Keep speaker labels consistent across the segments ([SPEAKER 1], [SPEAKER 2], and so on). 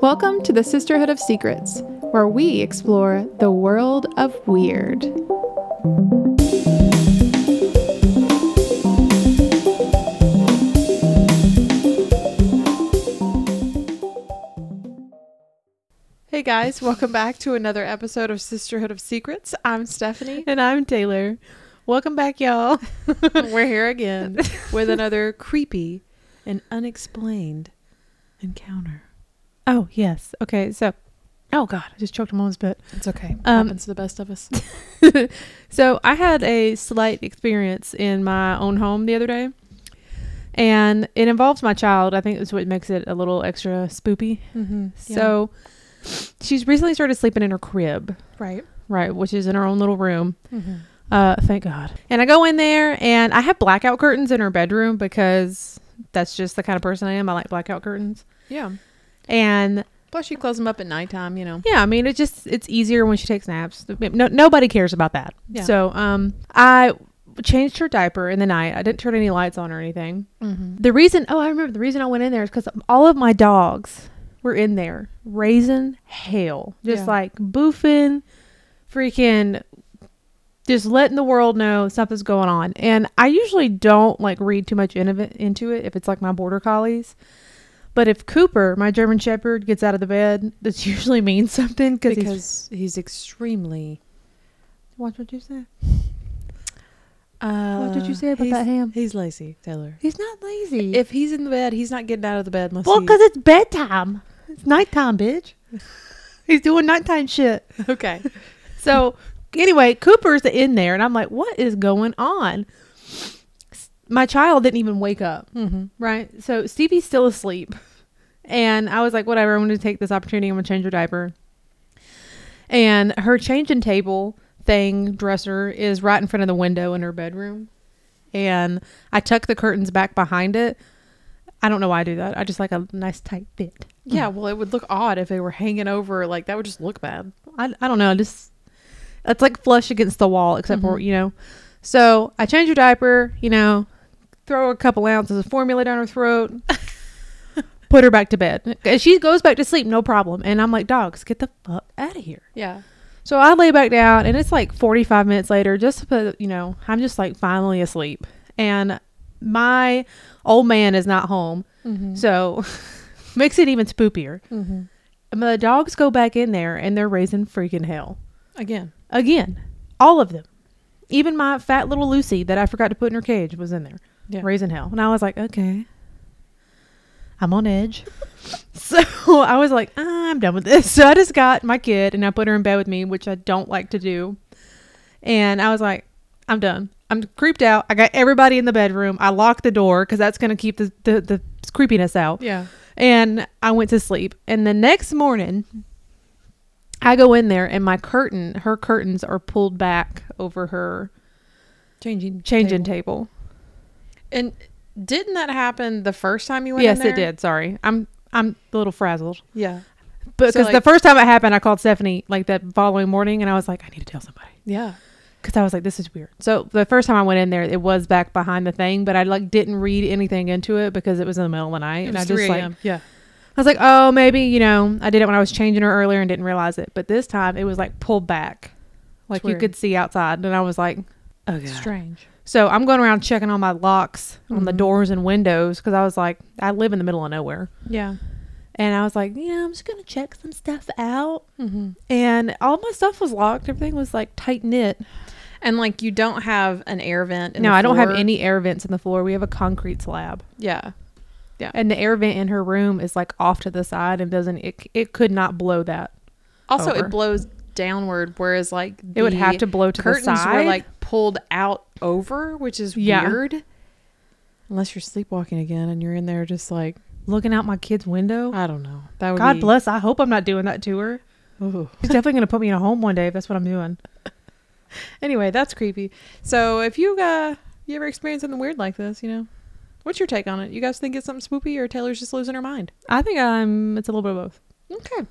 [SPEAKER 1] Welcome to the Sisterhood of Secrets, where we explore the world of weird. Hey guys, welcome back to another episode of Sisterhood of Secrets. I'm Stephanie.
[SPEAKER 2] And I'm Taylor. Welcome back, y'all.
[SPEAKER 1] We're here again with another creepy and unexplained encounter.
[SPEAKER 2] Oh, yes. Okay, so, oh God, I just choked on my own spit.
[SPEAKER 1] It's okay.
[SPEAKER 2] Um,
[SPEAKER 1] Happens to the best of us.
[SPEAKER 2] So, I had a slight experience in my own home the other day, and it involves my child. I think it's what makes it a little extra spoopy.
[SPEAKER 1] Mm-hmm.
[SPEAKER 2] So, she's recently started sleeping in her crib,
[SPEAKER 1] right.
[SPEAKER 2] right, which is in her own little room.
[SPEAKER 1] Mm-hmm.
[SPEAKER 2] Uh, thank God. And I go in there, and I have blackout curtains in her bedroom because that's just the kind of person I am. I like blackout curtains.
[SPEAKER 1] Yeah.
[SPEAKER 2] And
[SPEAKER 1] Plus, you close them up at nighttime, you know.
[SPEAKER 2] Yeah, I mean, it just it's easier when she takes naps. No, nobody cares about that.
[SPEAKER 1] Yeah.
[SPEAKER 2] So, um, I changed her diaper in the night. I didn't turn any lights on or anything.
[SPEAKER 1] Mm-hmm.
[SPEAKER 2] The reason, oh, I remember the reason I went in there is because all of my dogs were in there raising hell, just
[SPEAKER 1] Yeah.
[SPEAKER 2] like boofing, freaking, just letting the world know something's going on. And I usually don't like read too much into it, into it if it's like my border collies. But if Cooper, my German Shepherd, gets out of the bed, this usually means something because he's
[SPEAKER 1] Because he's, extremely.
[SPEAKER 2] Watch what you say.
[SPEAKER 1] Uh,
[SPEAKER 2] What did you say about
[SPEAKER 1] he's-
[SPEAKER 2] that ham?
[SPEAKER 1] He's lazy, Taylor.
[SPEAKER 2] He's not lazy.
[SPEAKER 1] If he's in the bed, he's not getting out of the bed unless.
[SPEAKER 2] well,
[SPEAKER 1] he-
[SPEAKER 2] because it's bedtime. It's nighttime, bitch. he's doing nighttime shit.
[SPEAKER 1] okay.
[SPEAKER 2] So anyway, Cooper's in there, and I'm like, what is going on? S- My child didn't even wake up,
[SPEAKER 1] Mm-hmm.
[SPEAKER 2] right? So Stevie's still asleep, and I was like, whatever. I'm going to take this opportunity. I'm going to change her diaper, and her changing table thing dresser is right in front of the window in her bedroom, and I tuck the curtains back behind it. I don't know why I do that. I just like a nice tight fit.
[SPEAKER 1] Yeah. Well, it would look odd if they were hanging over. Like that would just look bad.
[SPEAKER 2] I, I don't know. Just it's like flush against the wall, except for you know. So I change her diaper. You know, throw a couple ounces of formula down her throat. put her back to bed. And she goes back to sleep, no problem. And I'm like, dogs, get the fuck out of here.
[SPEAKER 1] Yeah.
[SPEAKER 2] So I lay back down, and it's like 45 minutes later, just to put, you know, I'm just like finally asleep. And my old man is not home.
[SPEAKER 1] Mm-hmm.
[SPEAKER 2] So makes it even spoopier.
[SPEAKER 1] mm-hmm.
[SPEAKER 2] And the dogs go back in there and they're raising freaking hell.
[SPEAKER 1] Again.
[SPEAKER 2] Again, all of them. Even my fat little Lucy that I forgot to put in her cage was in there,
[SPEAKER 1] Yeah.
[SPEAKER 2] raising hell. And I was like, okay, I'm on edge. so I was like, I'm done with this. So I just got my kid and I put her in bed with me, which I don't like to do. And I was like, I'm done. I'm creeped out. I got everybody in the bedroom. I locked the door because that's going to keep the, the, the creepiness out
[SPEAKER 1] Yeah.
[SPEAKER 2] and I went to sleep. And the next morning, I go in there and my curtain, her curtains are pulled back over her
[SPEAKER 1] Changing.
[SPEAKER 2] changing table.
[SPEAKER 1] table. And didn't that happen the first time you went?
[SPEAKER 2] Yes,
[SPEAKER 1] in there?
[SPEAKER 2] it did. Sorry, I'm I'm a little frazzled.
[SPEAKER 1] Yeah.
[SPEAKER 2] But
[SPEAKER 1] So,
[SPEAKER 2] because the
[SPEAKER 1] like-
[SPEAKER 2] first time it happened, I called Stephanie like that following morning, and I was like, I need to tell somebody
[SPEAKER 1] Yeah.
[SPEAKER 2] because I was like, this is weird. So the first time I went in there, it was back behind the thing, but I like didn't read anything into it because it was in the middle of the night,
[SPEAKER 1] It
[SPEAKER 2] and I
[SPEAKER 1] was
[SPEAKER 2] just
[SPEAKER 1] 3
[SPEAKER 2] like
[SPEAKER 1] a.m. yeah.
[SPEAKER 2] I was like, oh, maybe, you know, I did it when I was changing her earlier and didn't realize it. But this time it was like pulled back. Like you
[SPEAKER 1] weird.
[SPEAKER 2] could see outside. And I was like, oh, God.
[SPEAKER 1] Strange.
[SPEAKER 2] So I'm going around checking on my locks on the
[SPEAKER 1] Mhm.
[SPEAKER 2] doors and windows because I was like, I live in the middle of nowhere.
[SPEAKER 1] Yeah.
[SPEAKER 2] And I was like, you know, I'm just going to check some stuff out.
[SPEAKER 1] Mm-hmm.
[SPEAKER 2] And all my stuff was locked. Everything was like tight knit.
[SPEAKER 1] And like you don't have an air vent. In
[SPEAKER 2] No,
[SPEAKER 1] the
[SPEAKER 2] I don't have
[SPEAKER 1] floor.
[SPEAKER 2] any air vents in the floor. We have a concrete slab.
[SPEAKER 1] Yeah.
[SPEAKER 2] And the air vent in her room is like off to the side and doesn't, it, it could not blow that.
[SPEAKER 1] Also,
[SPEAKER 2] over.
[SPEAKER 1] it blows downward, whereas like
[SPEAKER 2] It would have
[SPEAKER 1] the
[SPEAKER 2] to blow to the
[SPEAKER 1] curtains were
[SPEAKER 2] side.
[SPEAKER 1] like pulled out over, which is
[SPEAKER 2] Yeah.
[SPEAKER 1] weird. Unless you're sleepwalking again and you're in there just like
[SPEAKER 2] Looking out my kid's window.
[SPEAKER 1] I don't know. That would
[SPEAKER 2] God
[SPEAKER 1] be,
[SPEAKER 2] bless. I hope I'm not doing that to her.
[SPEAKER 1] Ooh.
[SPEAKER 2] She's definitely going to put me in a home one day if that's what I'm doing.
[SPEAKER 1] Anyway, that's creepy. So if you uh you ever experience something weird like this, you know, what's your take on it? You guys think it's something spoopy or Taylor's just losing her mind?
[SPEAKER 2] I think I'm. It's a little bit of both.
[SPEAKER 1] Okay.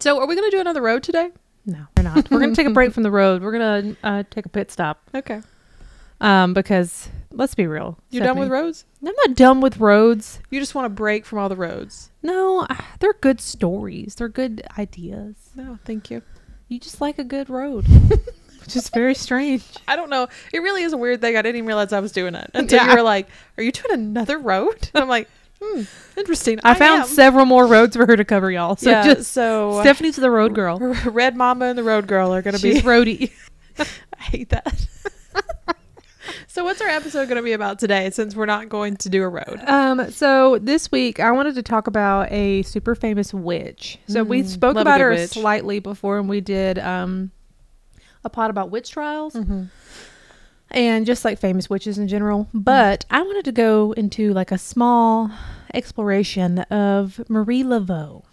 [SPEAKER 1] So are we gonna do another road today?
[SPEAKER 2] No, we're not. We're going to take a break from the road. We're going to uh, take a pit stop
[SPEAKER 1] Okay.
[SPEAKER 2] um, because let's be real.
[SPEAKER 1] You're done with
[SPEAKER 2] roads?
[SPEAKER 1] roads?
[SPEAKER 2] I'm not done with roads.
[SPEAKER 1] You just want a break from all the roads.
[SPEAKER 2] No, I- they're good stories. They're good ideas.
[SPEAKER 1] No, thank you.
[SPEAKER 2] You just like a good road, which is very strange.
[SPEAKER 1] I don't know. It really is a weird thing. I didn't even realize I was doing it until you
[SPEAKER 2] Yeah.
[SPEAKER 1] were like, "Are you doing another road?" And I'm like, "Hmm, interesting."
[SPEAKER 2] I, found
[SPEAKER 1] am.
[SPEAKER 2] several more roads for her to cover, y'all. So uh,
[SPEAKER 1] yeah,
[SPEAKER 2] just
[SPEAKER 1] so uh,
[SPEAKER 2] Stephanie's the road girl.
[SPEAKER 1] Red Mama and the Road Girl are gonna
[SPEAKER 2] She's
[SPEAKER 1] be.
[SPEAKER 2] roadie.
[SPEAKER 1] I hate that. so, what's our episode gonna be about today? Since we're not going to do a road.
[SPEAKER 2] Um, so this week I wanted to talk about a super famous witch. So we
[SPEAKER 1] Mm,
[SPEAKER 2] spoke
[SPEAKER 1] love a
[SPEAKER 2] about
[SPEAKER 1] good
[SPEAKER 2] her
[SPEAKER 1] witch.
[SPEAKER 2] slightly before, and we did um, a pod about witch trials
[SPEAKER 1] Mm-hmm.
[SPEAKER 2] and just like famous witches in general. But I wanted to go into like a small exploration of Marie Laveau.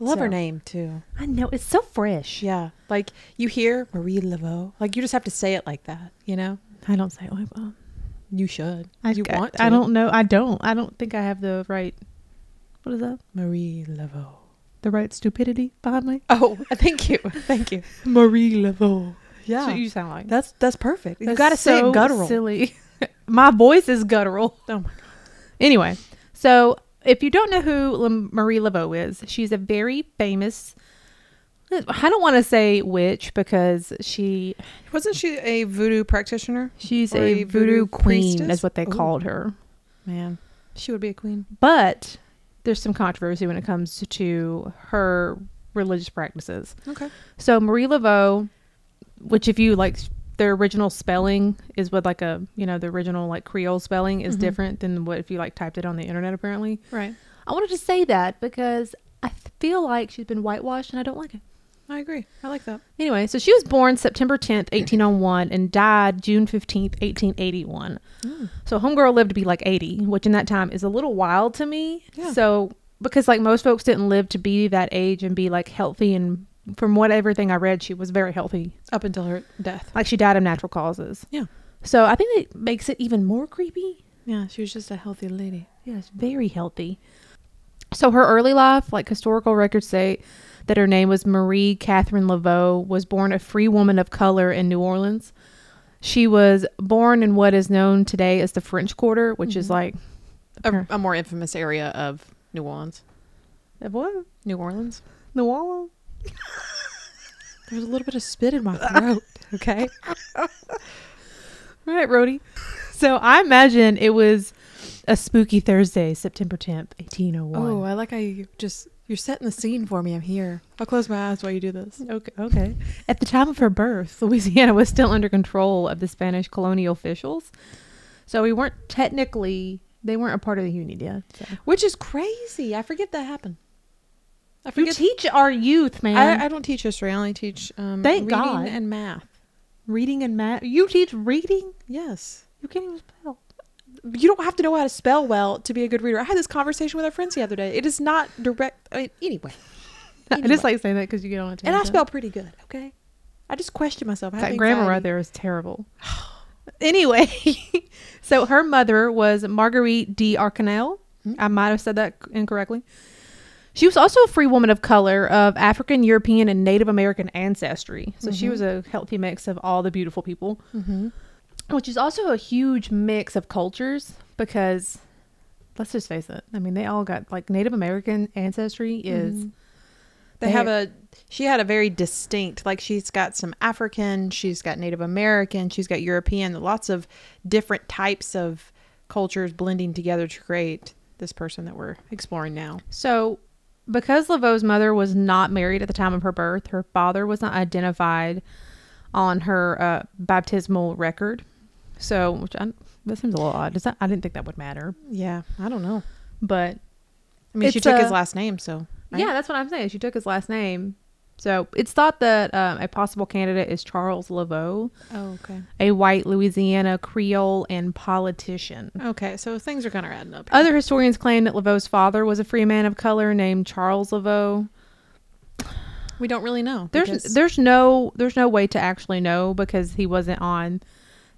[SPEAKER 1] Love her
[SPEAKER 2] So-
[SPEAKER 1] name too.
[SPEAKER 2] I know it's so fresh.
[SPEAKER 1] Yeah, like you hear Marie Laveau, like you just have to say it like that. You know,
[SPEAKER 2] I don't say Laveau.
[SPEAKER 1] you should.
[SPEAKER 2] I,
[SPEAKER 1] you
[SPEAKER 2] I,
[SPEAKER 1] want?
[SPEAKER 2] I
[SPEAKER 1] to.
[SPEAKER 2] don't know. I don't. I don't think I have the right. What is that?
[SPEAKER 1] Marie Laveau.
[SPEAKER 2] The right stupidity behind me.
[SPEAKER 1] Oh, thank you, thank you.
[SPEAKER 2] Marie Laveau.
[SPEAKER 1] Yeah,
[SPEAKER 2] That's what you sound like.
[SPEAKER 1] That's that's perfect. You
[SPEAKER 2] That's
[SPEAKER 1] got to say
[SPEAKER 2] so
[SPEAKER 1] it guttural.
[SPEAKER 2] Silly. my voice is guttural.
[SPEAKER 1] Oh my
[SPEAKER 2] Anyway, so if you don't know who La- Marie Laveau is, she's a very famous. I don't want to say witch because she
[SPEAKER 1] Wasn't she a voodoo practitioner?
[SPEAKER 2] she's
[SPEAKER 1] Or
[SPEAKER 2] a,
[SPEAKER 1] a voodoo
[SPEAKER 2] voodoo queen
[SPEAKER 1] priestess? Oh.
[SPEAKER 2] is what they
[SPEAKER 1] Ooh.
[SPEAKER 2] called her.
[SPEAKER 1] Man, she would be a queen.
[SPEAKER 2] But there's some controversy when it comes to her religious practices.
[SPEAKER 1] Okay.
[SPEAKER 2] So Marie Laveau, which if you like their original spelling is what like a you know the original like Creole spelling is
[SPEAKER 1] Mhm.
[SPEAKER 2] different than what if you like typed it on the internet apparently.
[SPEAKER 1] Right.
[SPEAKER 2] I wanted to say that because I feel like she's been whitewashed and I don't like it.
[SPEAKER 1] I agree. I like that.
[SPEAKER 2] Anyway, so she was born September 10th, 1801 and died June 15th, 1881.
[SPEAKER 1] Mm.
[SPEAKER 2] So homegirl lived to be like 80, which in that time is a little wild to me.
[SPEAKER 1] Yeah.
[SPEAKER 2] So because like most folks didn't live to be that age and be like healthy and from what everything I read she was very healthy
[SPEAKER 1] Up until her death.
[SPEAKER 2] like she died of natural causes.
[SPEAKER 1] Yeah.
[SPEAKER 2] So I think it makes it even more creepy.
[SPEAKER 1] Yeah, she was just a healthy lady.
[SPEAKER 2] Yeah, it's very healthy. So her early life, like historical records say that her name was Marie Catherine Laveau, was born a free woman of color in New Orleans. She was born in what is known today as the French Quarter, which is
[SPEAKER 1] Mhm.
[SPEAKER 2] like
[SPEAKER 1] A, a more infamous area of New Orleans.
[SPEAKER 2] what?
[SPEAKER 1] New Orleans.
[SPEAKER 2] New Orleans.
[SPEAKER 1] There's a little bit of spit in my throat. Okay.
[SPEAKER 2] All right, Rhodey. So I imagine it was a spooky Thursday, September 10th, 1801.
[SPEAKER 1] Oh, I like how you just you're setting the scene for me. I'm here. I'll close my eyes while you do this.
[SPEAKER 2] Okay. Okay. At the time of her birth, Louisiana was still under control of the Spanish colonial officials, so we weren't technically they weren't a part of the Union yet. So.
[SPEAKER 1] Which is crazy. I forget that happened. I
[SPEAKER 2] You
[SPEAKER 1] forget.
[SPEAKER 2] teach our youth, man.
[SPEAKER 1] I, I don't teach history. I only teach um,
[SPEAKER 2] Thank
[SPEAKER 1] reading
[SPEAKER 2] God.
[SPEAKER 1] and math.
[SPEAKER 2] reading and math. You teach reading.
[SPEAKER 1] Yes.
[SPEAKER 2] You can't even spell.
[SPEAKER 1] you don't have to know how to spell well to be a good reader. I had this conversation with our friends the other day. It is not direct. I mean, anyway,
[SPEAKER 2] I just like saying that because you get on a
[SPEAKER 1] and I
[SPEAKER 2] tangent.
[SPEAKER 1] spell pretty good. Okay, I just question myself. I have
[SPEAKER 2] that grammar right
[SPEAKER 1] anxiety.
[SPEAKER 2] there is terrible. anyway, so her mother was Marguerite de Arcanel.
[SPEAKER 1] Hmm.
[SPEAKER 2] I might have said that incorrectly. She was also a free woman of color of African, European, and Native American ancestry. So she
[SPEAKER 1] Mhm.
[SPEAKER 2] was a healthy mix of all the beautiful people,
[SPEAKER 1] Mhm.
[SPEAKER 2] which is also a huge mix of cultures because let's just face it. I mean, they all got like Native American ancestry is
[SPEAKER 1] Mhm. They
[SPEAKER 2] They-
[SPEAKER 1] have a. She had a very distinct. Like she's got some African. She's got Native American. She's got European. Lots of different types of cultures blending together to create this person that we're exploring now.
[SPEAKER 2] So, because Laveau's mother was not married at the time of her birth, her father was not identified on her uh, baptismal record. So, which I, that seems a little odd. Does that, I didn't think that would matter,
[SPEAKER 1] Yeah, I don't know.
[SPEAKER 2] but
[SPEAKER 1] I mean, she
[SPEAKER 2] It's uh,
[SPEAKER 1] took
[SPEAKER 2] a-
[SPEAKER 1] his last name, so right?
[SPEAKER 2] yeah, that's what I'm saying. She took his last name. So it's thought that um, a possible candidate is Charles Laveau,
[SPEAKER 1] Oh, okay.
[SPEAKER 2] a white Louisiana Creole and politician.
[SPEAKER 1] Okay, so things are gonna add up. here.
[SPEAKER 2] Other historians claim that Laveau's father was a free man of color named Charles Laveau.
[SPEAKER 1] We don't really know.
[SPEAKER 2] there's
[SPEAKER 1] because-
[SPEAKER 2] there's no there's no way to actually know because he wasn't on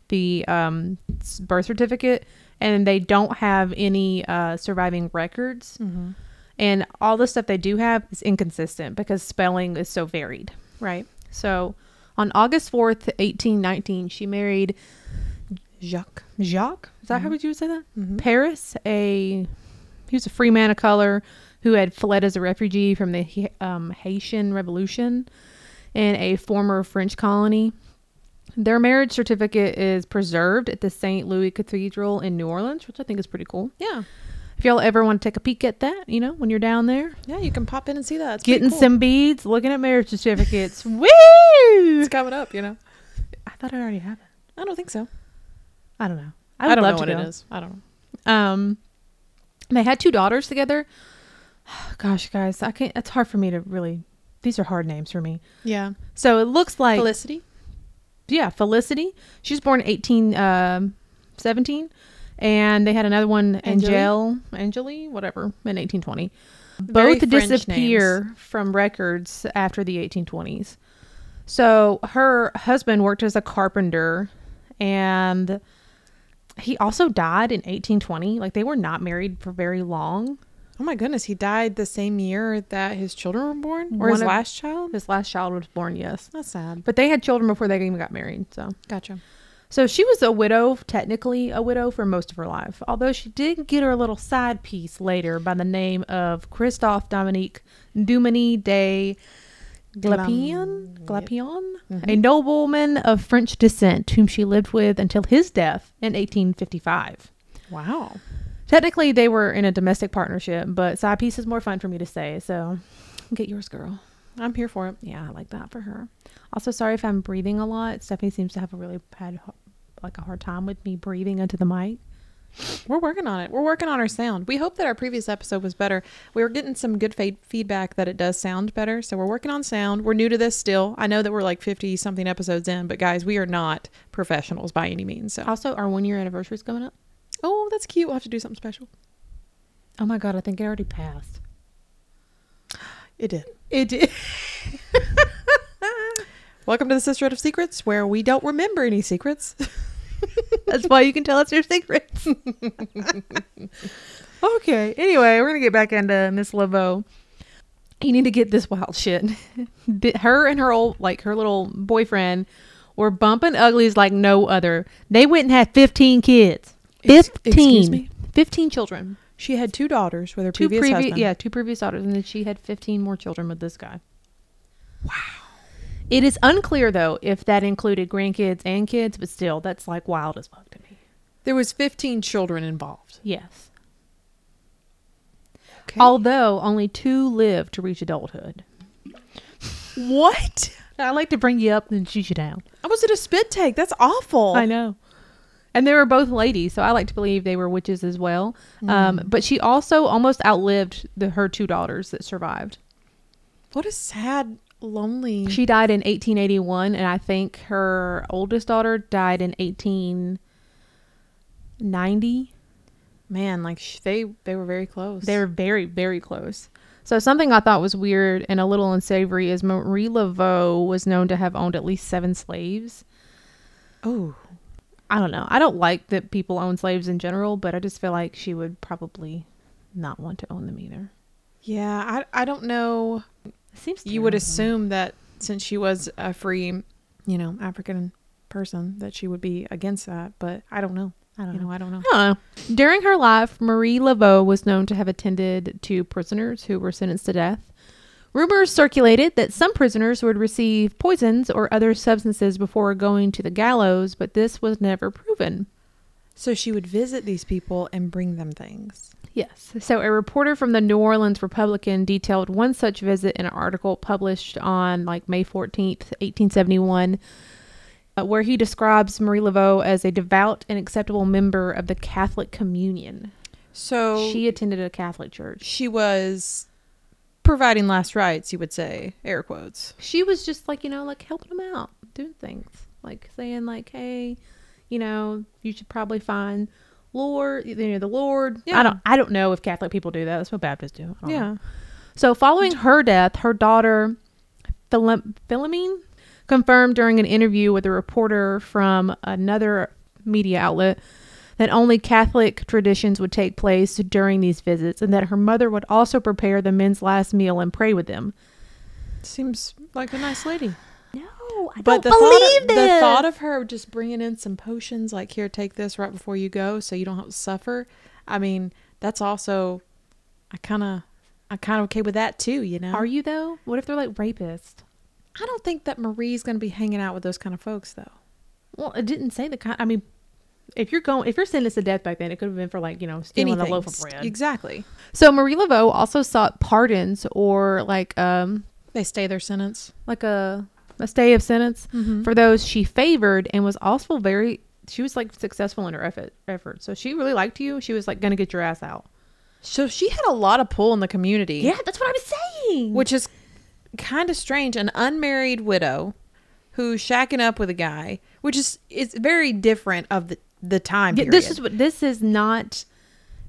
[SPEAKER 2] the um, s- birth certificate and they don't have any uh, surviving records
[SPEAKER 1] Mm-hmm.
[SPEAKER 2] and all the stuff they do have is inconsistent because spelling is so varied
[SPEAKER 1] right.
[SPEAKER 2] so on august 4th 1819 she married
[SPEAKER 1] Jacques.
[SPEAKER 2] Jacques. Is that how would you would say that?
[SPEAKER 1] Mhm.
[SPEAKER 2] Paris, a he was a free man of color who had fled as a refugee from the He- um, Haitian Revolution in a former French colony. Their marriage certificate is preserved at the St. Louis Cathedral in New Orleans, which I think is pretty cool.
[SPEAKER 1] Yeah.
[SPEAKER 2] If y'all ever want to take a peek at that, you know, when you're down there,
[SPEAKER 1] Yeah, you can pop in and see that. It's pretty
[SPEAKER 2] getting
[SPEAKER 1] cool.
[SPEAKER 2] some beads, looking at marriage certificates. Woo!
[SPEAKER 1] It's
[SPEAKER 2] I
[SPEAKER 1] coming up, you know.
[SPEAKER 2] thought I already have it.
[SPEAKER 1] I don't think so.
[SPEAKER 2] I don't know.
[SPEAKER 1] I,
[SPEAKER 2] would
[SPEAKER 1] don't
[SPEAKER 2] love
[SPEAKER 1] know
[SPEAKER 2] to
[SPEAKER 1] what
[SPEAKER 2] go.
[SPEAKER 1] it is. I don't know.
[SPEAKER 2] Um, they had two daughters together. Gosh, guys, I can't. It's hard for me to really. These are hard names for me.
[SPEAKER 1] Yeah.
[SPEAKER 2] So it looks like
[SPEAKER 1] Felicity.
[SPEAKER 2] yeah, Felicity. She was born eighteen um, seventeen, and they had another one, Angel,
[SPEAKER 1] Angeli?
[SPEAKER 2] Angeli, whatever, in eighteen twenty.
[SPEAKER 1] Very
[SPEAKER 2] Both
[SPEAKER 1] French
[SPEAKER 2] disappear from records after the eighteen twenties. So her husband worked as a carpenter, and he also died in eighteen twenty. Like they were not married for very long.
[SPEAKER 1] Oh my goodness, he died the same year that his children were born, or
[SPEAKER 2] One
[SPEAKER 1] his
[SPEAKER 2] of-
[SPEAKER 1] last child.
[SPEAKER 2] His last child was born, yes,
[SPEAKER 1] That's sad.
[SPEAKER 2] but they had children before they even got married. So.
[SPEAKER 1] Gotcha.
[SPEAKER 2] So she was a widow, technically a widow for most of her life, although she did get her little side piece later by the name of Christophe Dominique Dumini de Glapion, Glapion a nobleman of French descent whom she lived with until his death in 1855.
[SPEAKER 1] Wow.
[SPEAKER 2] Technically, they were in a domestic partnership, but side piece is more fun for me to say, so get yours, girl.
[SPEAKER 1] I'm here for it.
[SPEAKER 2] Yeah, I like that for her. Also, sorry if I'm breathing a lot. Stephanie seems to have a really bad, like a hard time with me breathing into the mic.
[SPEAKER 1] We're working on it. We're working on our sound. We hope that our previous episode was better. We were getting some good fade feedback that it does sound better. So we're working on sound. We're new to this still. I know that we're like 50 something episodes in, but guys, we are not professionals by any means. So,
[SPEAKER 2] Also, our one year anniversary is coming up.
[SPEAKER 1] oh, that's cute. We'll have to do something special.
[SPEAKER 2] Oh my god, I think it already passed.
[SPEAKER 1] It did.
[SPEAKER 2] It did.
[SPEAKER 1] Welcome to the Sisterhood of Secrets, where we don't remember any secrets.
[SPEAKER 2] That's why you can tell us your secrets. okay. Anyway, we're gonna get back into Miss Laveau. You need to get this wild shit. Th- her and her old, like her little boyfriend, were bumping uglies like no other. They went and had fifteen kids.
[SPEAKER 1] Ex-
[SPEAKER 2] Fifteen.
[SPEAKER 1] excuse me?
[SPEAKER 2] Fifteen children.
[SPEAKER 1] She had two daughters with her
[SPEAKER 2] Two
[SPEAKER 1] previous
[SPEAKER 2] previous,
[SPEAKER 1] husband.
[SPEAKER 2] yeah, two previous daughters, and then she had fifteen more children with this guy. Wow. It is unclear though if that included grandkids and kids, but still, that's like wild as fuck to me.
[SPEAKER 1] There was 15 children involved.
[SPEAKER 2] Yes.
[SPEAKER 1] Okay.
[SPEAKER 2] Although only two lived to reach adulthood.
[SPEAKER 1] what?
[SPEAKER 2] I like to bring you up and shoot you down.
[SPEAKER 1] I was at a spit take. That's awful.
[SPEAKER 2] I know. And they were both ladies, so I like to believe they were witches as well. Um, but she also almost outlived the, her two daughters that survived.
[SPEAKER 1] What a sad, lonely.
[SPEAKER 2] She died in 1881, and I think her oldest daughter died in 1890.
[SPEAKER 1] Man, like sh- they they were very close.
[SPEAKER 2] They were very, very close. So something I thought was weird and a little unsavory is Marie Laveau was known to have owned at least seven slaves.
[SPEAKER 1] oh
[SPEAKER 2] I don't know. I don't like that people own slaves in general, but I just feel like she would probably not want to own them either.
[SPEAKER 1] yeah. I I don't know.
[SPEAKER 2] It seems
[SPEAKER 1] You would
[SPEAKER 2] terrible.
[SPEAKER 1] assume that since she was a free, you know, African person, that she would be against that. But I don't know.
[SPEAKER 2] I don't
[SPEAKER 1] you
[SPEAKER 2] know.
[SPEAKER 1] know, I don't know.
[SPEAKER 2] Huh. During her life, Marie Laveau was known to have attended to prisoners who were sentenced to death. Rumors circulated that some prisoners would receive poisons or other substances before going to the gallows, but this was never proven.
[SPEAKER 1] So she would visit these people and bring them things.
[SPEAKER 2] Yes. So a reporter from the New Orleans Republican detailed one such visit in an article published on like May 14th, 1871, uh, where he describes Marie Laveau as a devout and acceptable member of the Catholic Communion.
[SPEAKER 1] So
[SPEAKER 2] She attended a Catholic church.
[SPEAKER 1] she was providing last rites. You would say air quotes.
[SPEAKER 2] she was just like you know like helping them out doing things like saying like hey you know you should probably find lord you know the lord
[SPEAKER 1] Yeah.
[SPEAKER 2] i don't i don't know if catholic people do that that's what baptists do I don't know.
[SPEAKER 1] Yeah.
[SPEAKER 2] so following her death her daughter Phil- philomene confirmed during an interview with a reporter from another media outlet that only Catholic traditions would take place during these visits, and that her mother would also prepare the men's last meal and pray with them.
[SPEAKER 1] Seems like a nice lady.
[SPEAKER 3] No, I don't
[SPEAKER 1] But the
[SPEAKER 3] believe
[SPEAKER 1] thought, of, the
[SPEAKER 3] this.
[SPEAKER 1] thought of her just bringing in some potions, like here, take this right before you go, so you don't have to suffer. I mean, that's also, I kind of, I kind of okay with that too. You know,
[SPEAKER 2] Are you though? What if they're like rapists?
[SPEAKER 1] I don't think that Marie's going to be hanging out with those kind of folks though.
[SPEAKER 2] Well, it didn't say the kind. I mean, if you're going, if you're sentenced to death back then, it could have been for like you know stealing a loaf of
[SPEAKER 1] St-
[SPEAKER 2] bread.
[SPEAKER 1] Exactly.
[SPEAKER 2] so Marie Laveau also sought pardons or like um
[SPEAKER 1] They stay their sentence.
[SPEAKER 2] like a a stay of sentence for those she favored and was also very she was like successful in her effort effort. So she really liked you. She was like gonna get your ass out.
[SPEAKER 1] So she had a lot of pull in the community.
[SPEAKER 3] yeah, that's what I was saying.
[SPEAKER 1] Which is kind of strange. An unmarried widow who's shacking up with a guy, which is is very different of the, the time.
[SPEAKER 2] Yeah,
[SPEAKER 1] Period.
[SPEAKER 2] this is what this is not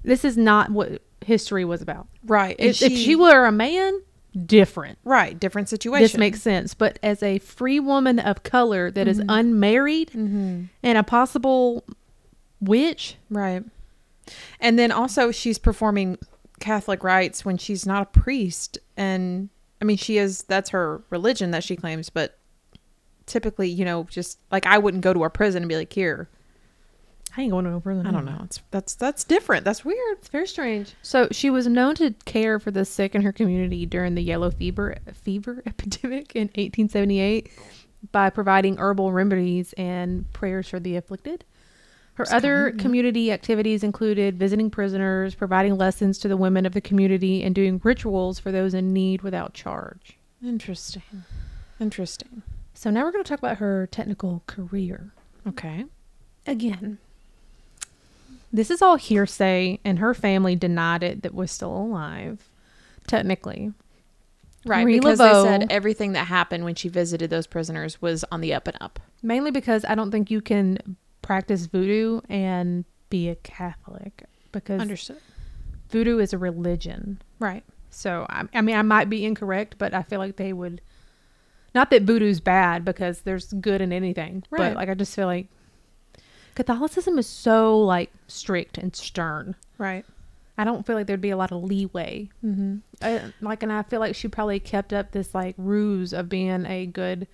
[SPEAKER 2] this is not what history was about.
[SPEAKER 1] right.
[SPEAKER 2] If, if she were a man, different.
[SPEAKER 1] right, different situation.
[SPEAKER 2] This makes sense. But as a free woman of color that is unmarried and a possible witch,
[SPEAKER 1] right. And then also she's performing Catholic rites when she's not a priest, and I mean she is. That's her religion that she claims, but typically, you know, just like I wouldn't go to a prison and be like, here.
[SPEAKER 2] I ain't going to over
[SPEAKER 1] I don't know. It's that's that's different. That's weird.
[SPEAKER 2] It's very strange. So she was known to care for the sick in her community during the yellow fever fever epidemic in 1878 by providing herbal remedies and prayers for the afflicted. Her other community activities included visiting prisoners, providing lessons to the women of the community, and doing rituals for those in need without charge.
[SPEAKER 1] Interesting. Interesting.
[SPEAKER 2] So now we're going to talk about her technical career.
[SPEAKER 1] Okay.
[SPEAKER 2] Again, this is all hearsay, and her family denied it that was still alive, technically.
[SPEAKER 1] Right,
[SPEAKER 2] Marie
[SPEAKER 1] because
[SPEAKER 2] Laveau-
[SPEAKER 1] they said everything that happened when she visited those prisoners was on the up and up.
[SPEAKER 2] Mainly because I don't think you can practice voodoo and be a Catholic because
[SPEAKER 1] Understood.
[SPEAKER 2] voodoo is a religion.
[SPEAKER 1] Right.
[SPEAKER 2] So, I, I mean, I might be incorrect, but I feel like they would. Not that voodoo's bad because there's good in anything,
[SPEAKER 1] Right.
[SPEAKER 2] but like I just feel like Catholicism is so like strict and stern.
[SPEAKER 1] Right.
[SPEAKER 2] I don't feel like there'd be a lot of leeway.
[SPEAKER 1] Mm-hmm.
[SPEAKER 2] I, like, and I feel like she probably kept up this like ruse of being a good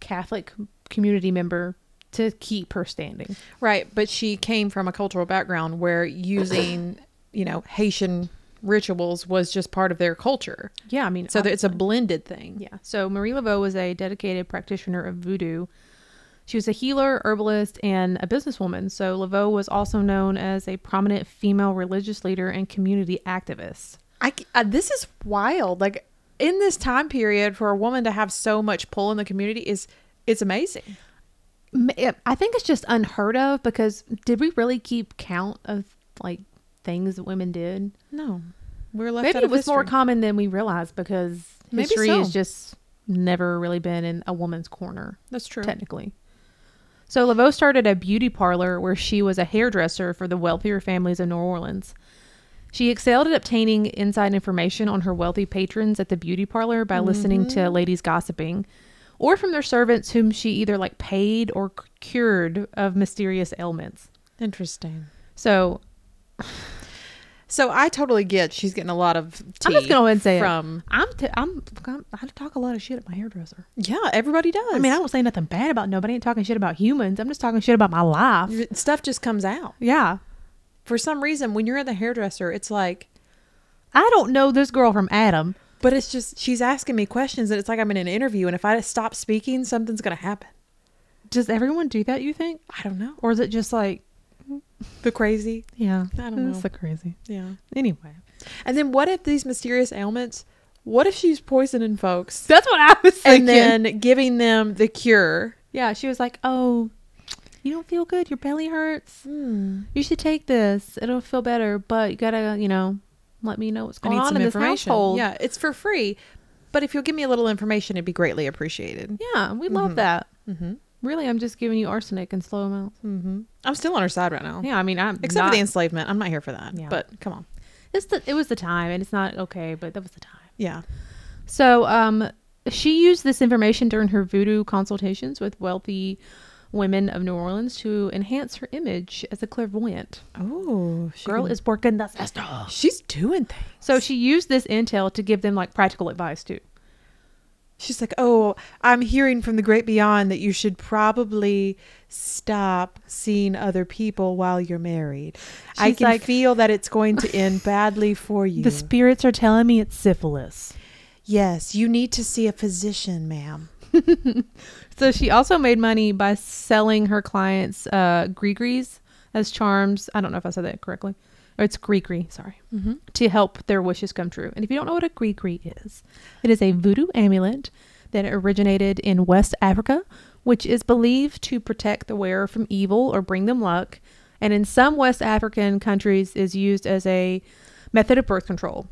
[SPEAKER 2] Catholic community member to keep her standing.
[SPEAKER 1] Right, but she came from a cultural background where using, you know, Haitian rituals was just part of their culture.
[SPEAKER 2] Yeah, I mean,
[SPEAKER 1] So that it's a blended thing.
[SPEAKER 2] yeah. So Marie Laveau was a dedicated practitioner of voodoo. She was a healer, herbalist, and a businesswoman. So Laveau was also known as a prominent female religious leader and community activist.
[SPEAKER 1] I, c- uh, this is wild. Like in this time period for a woman to have so much pull in the community is it's amazing.
[SPEAKER 2] M- it- I think it's just unheard of because did we really keep count of like things that women did?
[SPEAKER 1] No. We're left
[SPEAKER 2] Maybe
[SPEAKER 1] out
[SPEAKER 2] it
[SPEAKER 1] of
[SPEAKER 2] was more
[SPEAKER 1] history.
[SPEAKER 2] common than we realized because
[SPEAKER 1] Maybe
[SPEAKER 2] history
[SPEAKER 1] so.
[SPEAKER 2] has just never really been in a woman's corner,
[SPEAKER 1] That's true.
[SPEAKER 2] technically. So Laveau started a beauty parlor where she was a hairdresser for the wealthier families of New Orleans. She excelled at obtaining inside information on her wealthy patrons at the beauty parlor by listening
[SPEAKER 1] Mm-hmm.
[SPEAKER 2] to ladies gossiping or from their servants whom she either like paid or c- cured of mysterious ailments.
[SPEAKER 1] Interesting.
[SPEAKER 2] So
[SPEAKER 1] So I totally get she's getting a lot of tea
[SPEAKER 2] I'm just gonna go ahead and say
[SPEAKER 1] from
[SPEAKER 2] it. I'm t- I'm I'm I talk a lot of shit at my hairdresser.
[SPEAKER 1] yeah everybody does.
[SPEAKER 2] I mean, I don't say nothing bad about nobody. I ain't talking shit about humans. I'm just talking shit about my life.
[SPEAKER 1] stuff just comes out
[SPEAKER 2] Yeah.
[SPEAKER 1] for some reason when you're at the hairdresser. It's like,
[SPEAKER 2] I don't know this girl from Adam.
[SPEAKER 1] but it's just she's asking me questions and it's like I'm in an interview and if I stop speaking, something's gonna happen.
[SPEAKER 2] Does everyone do that, you think?
[SPEAKER 1] I don't know.
[SPEAKER 2] Or is it just like,
[SPEAKER 1] The crazy,
[SPEAKER 2] yeah.
[SPEAKER 1] I don't know.
[SPEAKER 2] It's so crazy.
[SPEAKER 1] yeah.
[SPEAKER 2] Anyway.
[SPEAKER 1] And then what if these mysterious ailments? What if she's poisoning folks
[SPEAKER 2] That's what I was thinking.
[SPEAKER 1] and then giving them the cure?
[SPEAKER 2] yeah, she was like, oh, you don't feel good. Your belly hurts.
[SPEAKER 1] Hmm.
[SPEAKER 2] You should take this. It'll feel better. But you got to, you know, let me know what's
[SPEAKER 1] I
[SPEAKER 2] going
[SPEAKER 1] need
[SPEAKER 2] on
[SPEAKER 1] some
[SPEAKER 2] in this
[SPEAKER 1] information.
[SPEAKER 2] household.
[SPEAKER 1] Yeah, it's for free, but if you'll give me a little information, it'd be greatly appreciated.
[SPEAKER 2] Yeah, we love that.
[SPEAKER 1] Mm-hmm.
[SPEAKER 2] Really, I'm just giving you arsenic in slow amounts.
[SPEAKER 1] Mm-hmm. I'm still on her side right now.
[SPEAKER 2] Yeah, I mean, I'm
[SPEAKER 1] Except
[SPEAKER 2] not-
[SPEAKER 1] for the enslavement. I'm not here for that.
[SPEAKER 2] Yeah.
[SPEAKER 1] But come on.
[SPEAKER 2] It's the, it was the time, and it's not okay, but that was the time.
[SPEAKER 1] Yeah.
[SPEAKER 2] So, um, she used this information during her voodoo consultations with wealthy women of New Orleans to enhance her image as a clairvoyant.
[SPEAKER 1] Oh,
[SPEAKER 2] Girl is working the system.
[SPEAKER 1] she's doing things.
[SPEAKER 2] So she used this intel to give them like practical advice too.
[SPEAKER 1] She's like, "Oh, I'm hearing from the great beyond that you should probably stop seeing other people while you're married. I
[SPEAKER 2] She's
[SPEAKER 1] can
[SPEAKER 2] like-
[SPEAKER 1] feel that it's going to end badly for you.
[SPEAKER 2] The spirits are telling me it's syphilis.
[SPEAKER 1] yes, you need to see a physician, ma'am."
[SPEAKER 2] So she also made money by selling her clients uh grigris as charms. I don't know if I said that correctly. Or it's grigri, sorry. To help their wishes come true. And if you don't know what a grigri is, it is a voodoo amulet that originated in West Africa, which is believed to protect the wearer from evil or bring them luck, and in some West African countries is used as a method of birth control.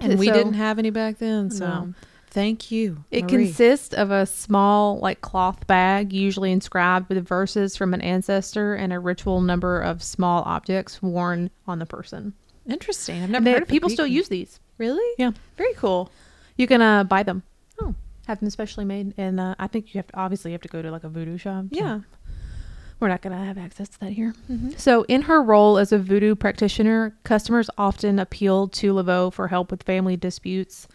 [SPEAKER 1] And we
[SPEAKER 2] So-
[SPEAKER 1] didn't have any back then, so
[SPEAKER 2] No.
[SPEAKER 1] thank you.
[SPEAKER 2] It
[SPEAKER 1] Marie.
[SPEAKER 2] consists of a small, like cloth bag, usually inscribed with verses from an ancestor and a ritual number of small objects worn on the person.
[SPEAKER 1] interesting. I've never
[SPEAKER 2] And they-
[SPEAKER 1] heard of
[SPEAKER 2] people still
[SPEAKER 1] Grigri.
[SPEAKER 2] use these.
[SPEAKER 1] really.
[SPEAKER 2] Yeah,
[SPEAKER 1] Very cool.
[SPEAKER 2] you can uh, buy them.
[SPEAKER 1] Oh.
[SPEAKER 2] have them specially made, and uh, I think you have to obviously you have to go to like a voodoo shop. so
[SPEAKER 1] Yeah.
[SPEAKER 2] we're not gonna have access to that here. So, in her role as a voodoo practitioner, customers often appealed to Laveau for help with family disputes,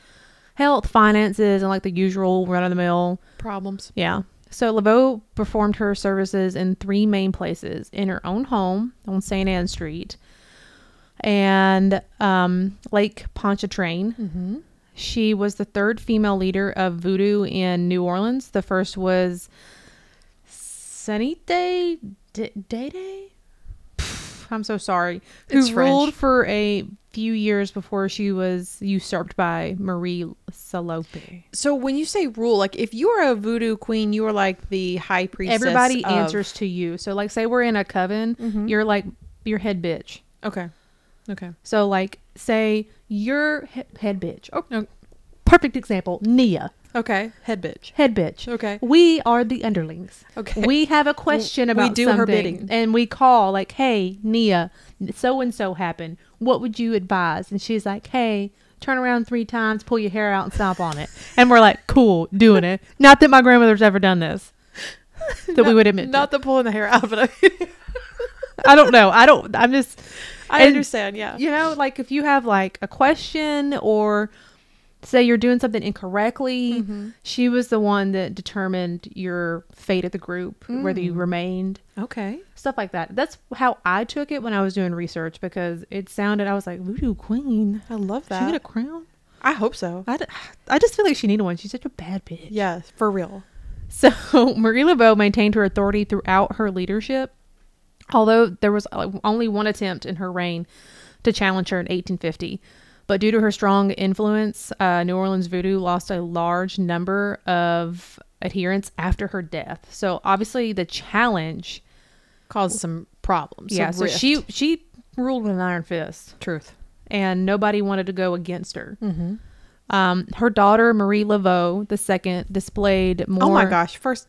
[SPEAKER 2] health, finances, and like the usual run of the mill
[SPEAKER 1] Problems.
[SPEAKER 2] Yeah. So Laveau performed her services in three main places in her own home on St. Anne Street and um, Lake Pontchartrain. Mm-hmm. She was the third female leader of voodoo in New Orleans. The first was Sanite D- Day. I'm so sorry.
[SPEAKER 1] It's
[SPEAKER 2] who
[SPEAKER 1] French.
[SPEAKER 2] ruled for a few years before she was usurped by Marie Salope.
[SPEAKER 1] So when you say rule, like if you are a voodoo queen, you are like the high priestess.
[SPEAKER 2] everybody
[SPEAKER 1] of- Mm-hmm.
[SPEAKER 2] answers to you. So like say we're in a coven, you're like your head bitch.
[SPEAKER 1] Okay. Okay.
[SPEAKER 2] So like say your he- head bitch. Oh, perfect example, Nia,
[SPEAKER 1] Okay. Head bitch.
[SPEAKER 2] head bitch.
[SPEAKER 1] Okay.
[SPEAKER 2] We are the underlings.
[SPEAKER 1] Okay.
[SPEAKER 2] We have a question
[SPEAKER 1] We
[SPEAKER 2] about
[SPEAKER 1] do her
[SPEAKER 2] something,
[SPEAKER 1] bidding.
[SPEAKER 2] and we call like, "Hey, Nia, so and so happened. What would you advise?" And she's like, "Hey, turn around three times, pull your hair out, and stomp on it." And we're like, "Cool, doing it." Not that my grandmother's ever done this. That we would admit. to.
[SPEAKER 1] Not the pulling the hair out, but I,
[SPEAKER 2] I don't know. I don't. I'm just.
[SPEAKER 1] I
[SPEAKER 2] And-
[SPEAKER 1] understand. Yeah.
[SPEAKER 2] you know, like if you have like a question or say you're doing something incorrectly, she was the one that determined your fate of the group, whether you remained,
[SPEAKER 1] Okay.
[SPEAKER 2] stuff like that. That's how I took it when I was doing research because it sounded, I was like, voodoo queen.
[SPEAKER 1] I love
[SPEAKER 2] Did she
[SPEAKER 1] that.
[SPEAKER 2] get a crown?
[SPEAKER 1] I hope so.
[SPEAKER 2] I, d- I just feel like she needed one. She's such a bad bitch.
[SPEAKER 1] Yeah, for real.
[SPEAKER 2] So Marie Laveau maintained her authority throughout her leadership, although there was uh, only one attempt in her reign to challenge her in 1850. But due to her strong influence, uh, New Orleans voodoo lost a large number of adherents after her death. So obviously, the challenge,
[SPEAKER 1] Caused some problems.
[SPEAKER 2] yeah. So she she ruled with an iron fist
[SPEAKER 1] truth.
[SPEAKER 2] and nobody wanted to go against her. Mm-hmm. Um, her daughter Marie Laveau II displayed more.
[SPEAKER 1] Oh my gosh! First,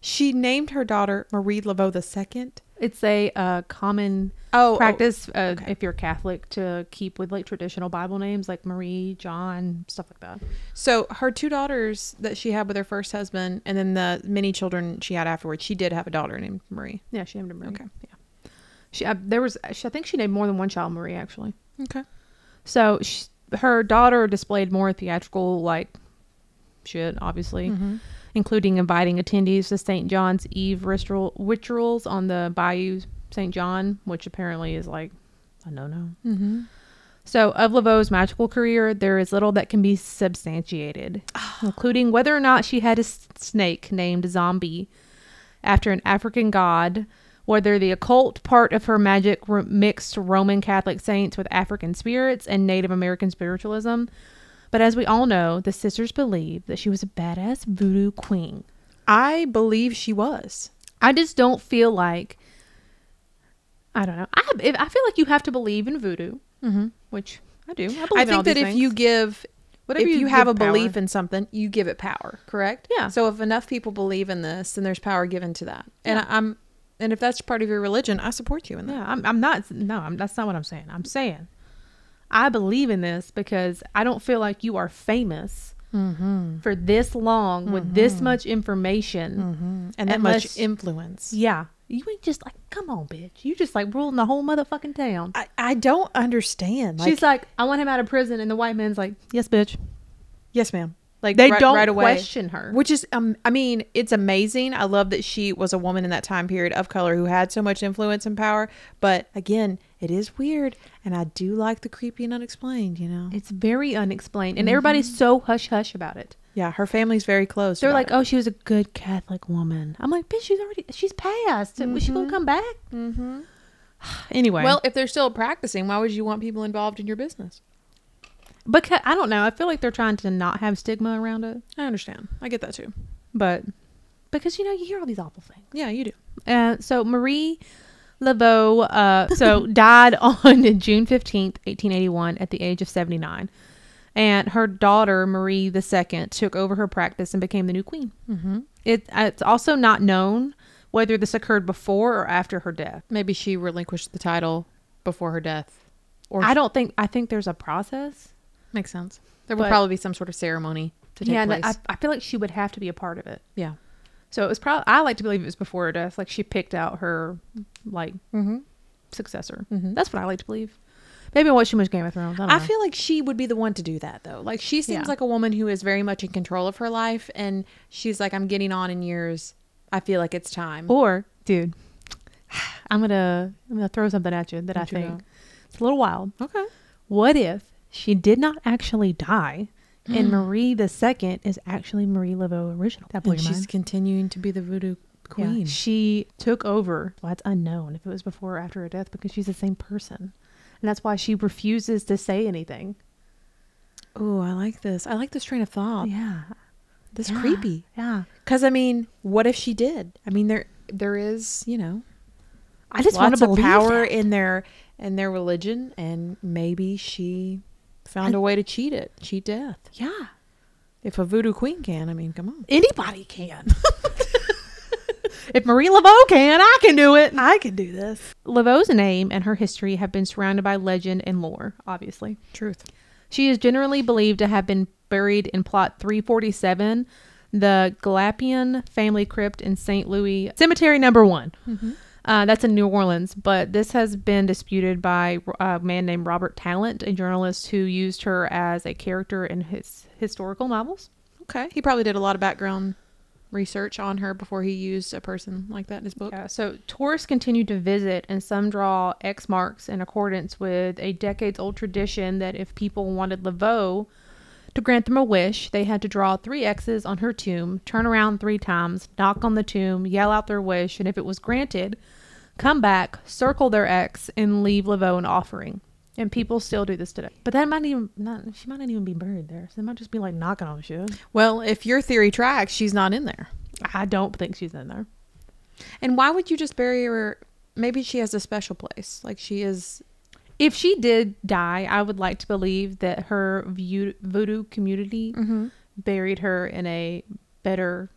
[SPEAKER 1] she named her daughter Marie Laveau the second.
[SPEAKER 2] It's a uh, common
[SPEAKER 1] Oh, oh,
[SPEAKER 2] practice uh, if you're Catholic to keep with like traditional Bible names like Marie, John, stuff like that.
[SPEAKER 1] So her two daughters that she had with her first husband, and then the many children she had afterwards. She did have a daughter named Marie.
[SPEAKER 2] Yeah, she named her Marie.
[SPEAKER 1] Okay.
[SPEAKER 2] yeah. She I, there was she, I think she named more than one child Marie actually.
[SPEAKER 1] Okay.
[SPEAKER 2] So she, her daughter displayed more theatrical like shit, obviously, including inviting attendees to St. John's Eve ritual rituals on the Bayou St. John, which apparently is like a no no.
[SPEAKER 1] Mm-hmm.
[SPEAKER 2] So, of Laveau's magical career, there is little that can be substantiated, including whether or not she had a s- snake named Zombie after an African god, whether the occult part of her magic r- mixed Roman Catholic saints with African spirits and Native American spiritualism. But as we all know, the sisters believe that she was a badass voodoo queen.
[SPEAKER 1] I believe she was.
[SPEAKER 2] I just don't feel like I don't know. I if, I feel like you have to believe in voodoo, mm-hmm. which I do. I believe.
[SPEAKER 1] I
[SPEAKER 2] in all
[SPEAKER 1] think that
[SPEAKER 2] these
[SPEAKER 1] if
[SPEAKER 2] things.
[SPEAKER 1] you give,
[SPEAKER 2] Whatever
[SPEAKER 1] if
[SPEAKER 2] you
[SPEAKER 1] you, have a
[SPEAKER 2] give power.
[SPEAKER 1] belief in something, you give it power. Correct.
[SPEAKER 2] Yeah.
[SPEAKER 1] So if enough people believe in this, then there's power given to that. And I, I'm, and if that's part of your religion, I support you in that.
[SPEAKER 2] Yeah, I'm, I'm not. No, I'm, that's not what I'm saying. I'm saying I believe in this because I don't feel like you are famous
[SPEAKER 1] Mm-hmm.
[SPEAKER 2] for this long with this much information.
[SPEAKER 1] And that
[SPEAKER 2] Unless-
[SPEAKER 1] much influence.
[SPEAKER 2] Yeah. You ain't just like, come on, bitch. You just like ruling the whole motherfucking town.
[SPEAKER 1] I, I don't understand. Like,
[SPEAKER 2] She's like, I want him out of prison. And the white man's like, yes, bitch.
[SPEAKER 1] yes, ma'am. Like
[SPEAKER 2] They
[SPEAKER 1] right,
[SPEAKER 2] don't
[SPEAKER 1] right away.
[SPEAKER 2] question her.
[SPEAKER 1] which is um, I mean, it's amazing. I love that she was a woman in that time period of color who had so much influence and power. But again, it is weird, and I do like the creepy and unexplained. You know,
[SPEAKER 2] It's very unexplained, and everybody's so hush hush about it.
[SPEAKER 1] yeah, her family's very close.
[SPEAKER 2] They're
[SPEAKER 1] about
[SPEAKER 2] like,
[SPEAKER 1] Mm-hmm. it.
[SPEAKER 2] "Oh, she was a good Catholic woman." I'm like, "Bitch, she's already she's passed. Was she gonna come back?" Mm-hmm. anyway,
[SPEAKER 1] well, if they're still practicing, why would you want people involved in your business?
[SPEAKER 2] because I don't know. I feel like they're trying to not have stigma around it,
[SPEAKER 1] I understand. I get that too.
[SPEAKER 2] but because you know you hear all these awful things.
[SPEAKER 1] Yeah, you do.
[SPEAKER 2] Uh, so Marie Laveau, uh, so died on June fifteenth, eighteen eighty one, at the age of seventy nine, and her daughter Marie II took over her practice and became the new queen. Mm-hmm. It, it's also not known whether this occurred before or after her death.
[SPEAKER 1] Maybe she relinquished the title before her death. Or
[SPEAKER 2] I don't think. I think there's a process.
[SPEAKER 1] makes sense. There would
[SPEAKER 2] But-
[SPEAKER 1] probably be some sort of ceremony to take
[SPEAKER 2] yeah, and
[SPEAKER 1] place.
[SPEAKER 2] I, I feel like she would have to be a part of it.
[SPEAKER 1] yeah.
[SPEAKER 2] So it was probably. I like to believe it was before her death. Like she picked out her like
[SPEAKER 1] Mm-hmm.
[SPEAKER 2] successor.
[SPEAKER 1] Mhm.
[SPEAKER 2] That's what I like to believe. Maybe I watched too much Game of Thrones. Mm-hmm. I, don't
[SPEAKER 1] I
[SPEAKER 2] know.
[SPEAKER 1] feel like she would be the one to do that though. Like she seems
[SPEAKER 2] Yeah.
[SPEAKER 1] like a woman who is very much in control of her life and she's like I'm getting on in years. I feel like it's time.
[SPEAKER 2] Or, dude, I'm gonna I'm gonna throw something at you that I
[SPEAKER 1] What you
[SPEAKER 2] think
[SPEAKER 1] got?
[SPEAKER 2] it's a little wild.
[SPEAKER 1] Okay.
[SPEAKER 2] What if she did not actually die, and Marie the Second is actually Marie Laveau original? That
[SPEAKER 1] and she's continuing to be the voodoo
[SPEAKER 2] Yeah.
[SPEAKER 1] queen.
[SPEAKER 2] She took over. Well, that's unknown if it was before or after her death because she's the same person, and that's why she refuses to say anything.
[SPEAKER 1] Oh, I like this. I like this train of thought.
[SPEAKER 2] Yeah,
[SPEAKER 1] This
[SPEAKER 2] Yeah.
[SPEAKER 1] creepy.
[SPEAKER 2] yeah.
[SPEAKER 1] Cuz I mean, what if she did? I mean there there is, you know,
[SPEAKER 2] I just want
[SPEAKER 1] lots
[SPEAKER 2] to
[SPEAKER 1] of
[SPEAKER 2] believe
[SPEAKER 1] power
[SPEAKER 2] that.
[SPEAKER 1] in their in their religion and maybe she found a way to cheat it. Cheat death.
[SPEAKER 2] Yeah,
[SPEAKER 1] If a voodoo queen can, I mean, come on.
[SPEAKER 2] anybody can. if Marie Laveau can, I can do it.
[SPEAKER 1] I can do this.
[SPEAKER 2] Laveau's name and her history have been surrounded by legend and lore, obviously.
[SPEAKER 1] Truth.
[SPEAKER 2] She is generally believed to have been buried in plot 347, the Galapian family crypt in St. Louis Cemetery number one. Uh, that's in New Orleans, but this has been disputed by a man named Robert Talent, a journalist who used her as a character in his historical novels.
[SPEAKER 1] Okay. He probably did a lot of background research on her before he used a person like that in his book.
[SPEAKER 2] Yeah, so tourists continue to visit, and some draw X marks in accordance with a decades old tradition that if people wanted Laveau to grant them a wish, they had to draw three X's on her tomb, turn around three times, knock on the tomb, yell out their wish, and if it was granted, come back, circle their X, and leave Laveau an offering. And people still do this today. But that might even not she might not even be buried there. So they might just be like knocking on shit.
[SPEAKER 1] Well, if your theory tracks, she's not in there.
[SPEAKER 2] I don't think she's in there.
[SPEAKER 1] And why would you just bury her? Maybe she has a special place. Like she is.
[SPEAKER 2] if she did die, I would like to believe that her view- voodoo community
[SPEAKER 1] Mm. Mm-hmm.
[SPEAKER 2] buried her in a better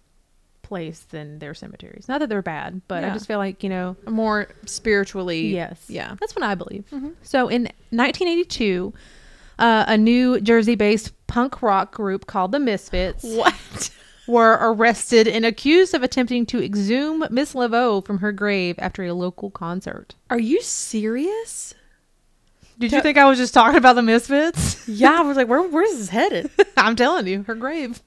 [SPEAKER 2] place than their cemeteries. Not that they're bad, but I
[SPEAKER 1] Yeah.
[SPEAKER 2] just feel like, you know,
[SPEAKER 1] More spiritually.
[SPEAKER 2] yes.
[SPEAKER 1] Yeah. Mm-hmm.
[SPEAKER 2] That's what I believe. So in 1982, uh, a New Jersey based punk rock group called the Misfits
[SPEAKER 1] What?
[SPEAKER 2] were arrested and accused of attempting to exhume Miss Laveau from her grave after a local concert.
[SPEAKER 1] Are you serious?
[SPEAKER 2] Did you think I was just talking about the Misfits?
[SPEAKER 1] Yeah, I was like, where where's this headed?
[SPEAKER 2] I'm telling you, her grave.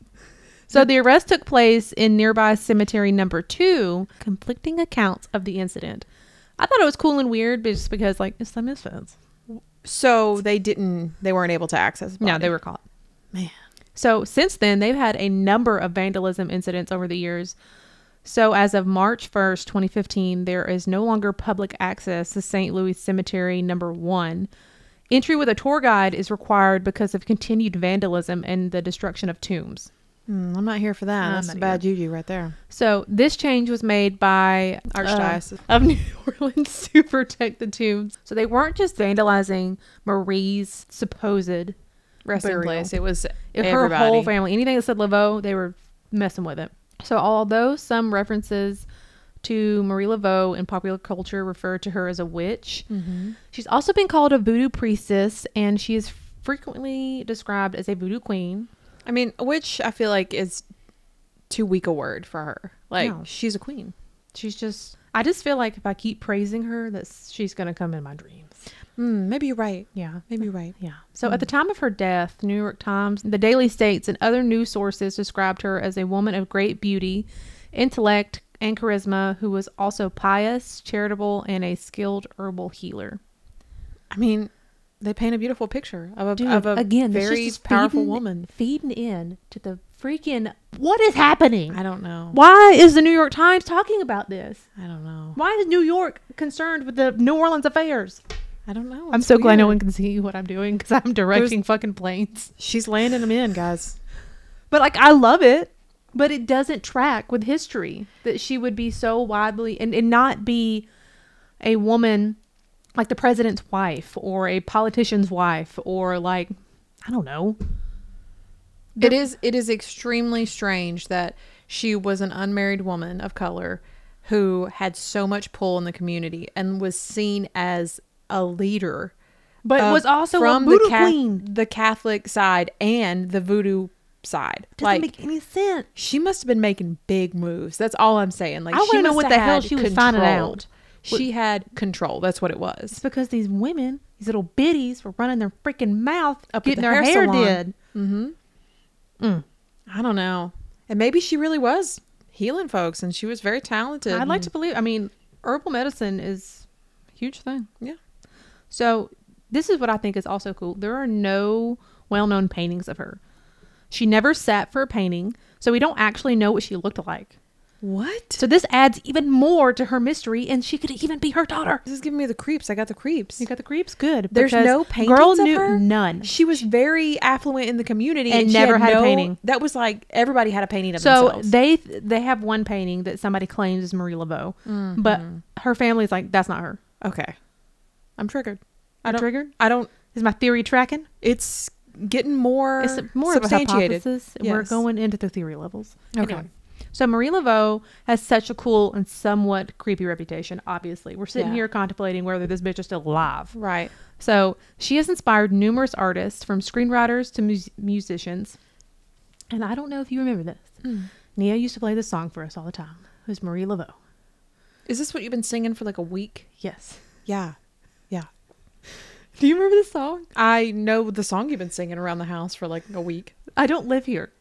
[SPEAKER 2] So the arrest took place in nearby cemetery number two. Conflicting accounts of the incident. I thought it was cool and weird, but just because like it's the misfits.
[SPEAKER 1] so they didn't. They weren't able to access. the
[SPEAKER 2] No,
[SPEAKER 1] body.
[SPEAKER 2] they were caught.
[SPEAKER 1] Man.
[SPEAKER 2] So since then, they've had a number of vandalism incidents over the years. So as of March 1st, 2015, there is no longer public access to St. Louis Cemetery number 1. Entry with a tour guide is required because of continued vandalism and the destruction of tombs.
[SPEAKER 1] Mm, I'm not here for that.
[SPEAKER 2] I'm
[SPEAKER 1] That's
[SPEAKER 2] not
[SPEAKER 1] a bad juju right there.
[SPEAKER 2] So this change was made by
[SPEAKER 1] Archdiocese.
[SPEAKER 2] uh, of New Orleans to protect the tombs. So they weren't just vandalizing Marie's supposed
[SPEAKER 1] Resting
[SPEAKER 2] Burial.
[SPEAKER 1] place. It was
[SPEAKER 2] if
[SPEAKER 1] everybody.
[SPEAKER 2] her whole family anything that said Laveau, they were messing with it. So although some references to Marie Laveau in popular culture refer to her as a witch, she's also been called a voodoo priestess, and she is frequently described as a voodoo queen.
[SPEAKER 1] I mean, which I feel like is too weak a word for her. Like
[SPEAKER 2] No.
[SPEAKER 1] she's a queen.
[SPEAKER 2] She's just I just feel like if I keep praising her, that she's gonna come in my dreams.
[SPEAKER 1] Mm, maybe you're right.
[SPEAKER 2] Yeah.
[SPEAKER 1] Maybe you're right.
[SPEAKER 2] Yeah. So at the time of her death, New York Times, the Daily States, and other news sources described her as a woman of great beauty, intellect, and charisma who was also pious, charitable, and a skilled herbal healer.
[SPEAKER 1] I mean, they paint a beautiful picture of a,
[SPEAKER 2] Dude,
[SPEAKER 1] of a
[SPEAKER 2] again, this is
[SPEAKER 1] very
[SPEAKER 2] just
[SPEAKER 1] powerful
[SPEAKER 2] feeding-
[SPEAKER 1] woman.
[SPEAKER 2] Feeding in to the freaking what is happening?
[SPEAKER 1] I don't know.
[SPEAKER 2] Why is the New York Times talking about this?
[SPEAKER 1] I don't know.
[SPEAKER 2] Why is New York concerned with the New Orleans affairs?
[SPEAKER 1] I don't know.
[SPEAKER 2] I'm
[SPEAKER 1] It's
[SPEAKER 2] so glad no
[SPEAKER 1] weird.
[SPEAKER 2] one can see what I'm doing because I'm directing fucking planes.
[SPEAKER 1] She's landing them in, guys.
[SPEAKER 2] But like I love it, but it doesn't track with history that she would be so widely and, and not be a woman like the president's wife or a politician's wife or like I don't know.
[SPEAKER 1] It is it is extremely strange that she was an unmarried woman of color who had so much pull in the community and was seen as a leader.
[SPEAKER 2] But
[SPEAKER 1] of-
[SPEAKER 2] was also a
[SPEAKER 1] the,
[SPEAKER 2] voodoo
[SPEAKER 1] Ca-
[SPEAKER 2] queen.
[SPEAKER 1] the Catholic side and the voodoo side.
[SPEAKER 2] Doesn't
[SPEAKER 1] like
[SPEAKER 2] make any sense.
[SPEAKER 1] she must have been making big moves. That's all I'm saying. Like
[SPEAKER 2] I
[SPEAKER 1] she
[SPEAKER 2] wanna know
[SPEAKER 1] must
[SPEAKER 2] what
[SPEAKER 1] have
[SPEAKER 2] the hell
[SPEAKER 1] had
[SPEAKER 2] she was finding out.
[SPEAKER 1] control. She had control. That's what it was.
[SPEAKER 2] It's because these women, these little biddies, were running their freaking mouth
[SPEAKER 1] Up at
[SPEAKER 2] up getting
[SPEAKER 1] the
[SPEAKER 2] their
[SPEAKER 1] hair
[SPEAKER 2] hair,
[SPEAKER 1] salon.
[SPEAKER 2] did.
[SPEAKER 1] I don't know. And maybe she really was healing folks and she was very talented.
[SPEAKER 2] I'd like to believe. I mean, herbal medicine is a huge thing.
[SPEAKER 1] Yeah.
[SPEAKER 2] So this is what I think is also cool. There are no well-known paintings of her. She never sat for a painting, so we don't actually know what she looked like.
[SPEAKER 1] What?
[SPEAKER 2] So this adds even more to her mystery, and she could even be her daughter.
[SPEAKER 1] This is giving me the creeps. I got the creeps.
[SPEAKER 2] You got the creeps, good.
[SPEAKER 1] There's
[SPEAKER 2] because
[SPEAKER 1] no paintings
[SPEAKER 2] Girl
[SPEAKER 1] of
[SPEAKER 2] knew
[SPEAKER 1] her?
[SPEAKER 2] none.
[SPEAKER 1] She was very affluent in the community
[SPEAKER 2] And
[SPEAKER 1] she
[SPEAKER 2] never had a
[SPEAKER 1] no-
[SPEAKER 2] painting.
[SPEAKER 1] That was like everybody had a painting of
[SPEAKER 2] So
[SPEAKER 1] themselves.
[SPEAKER 2] they they have one painting that somebody claims is Marie Laveau, but her family's like that's not her.
[SPEAKER 1] okay, I'm triggered. I
[SPEAKER 2] I'm
[SPEAKER 1] don't.
[SPEAKER 2] triggered.
[SPEAKER 1] I don't.
[SPEAKER 2] Is my theory tracking?
[SPEAKER 1] It's getting more.
[SPEAKER 2] it's more
[SPEAKER 1] substantiated.
[SPEAKER 2] of a hypothesis. We're
[SPEAKER 1] Yes.
[SPEAKER 2] going into the theory levels.
[SPEAKER 1] Okay.
[SPEAKER 2] So Marie Laveau has such a cool and somewhat creepy reputation. Obviously, we're sitting
[SPEAKER 1] Yeah.
[SPEAKER 2] here contemplating whether this bitch is still alive.
[SPEAKER 1] Right.
[SPEAKER 2] So she has inspired numerous artists, from screenwriters to mus- musicians. And I don't know if you remember this.
[SPEAKER 1] Hmm.
[SPEAKER 2] Nia used to play this song for us all the time. It was Marie Laveau.
[SPEAKER 1] Is this what you've been singing for like a week?
[SPEAKER 2] Yes.
[SPEAKER 1] Yeah. Yeah.
[SPEAKER 2] Do you remember the song?
[SPEAKER 1] I know the song you've been singing around the house for like a week.
[SPEAKER 2] I don't live here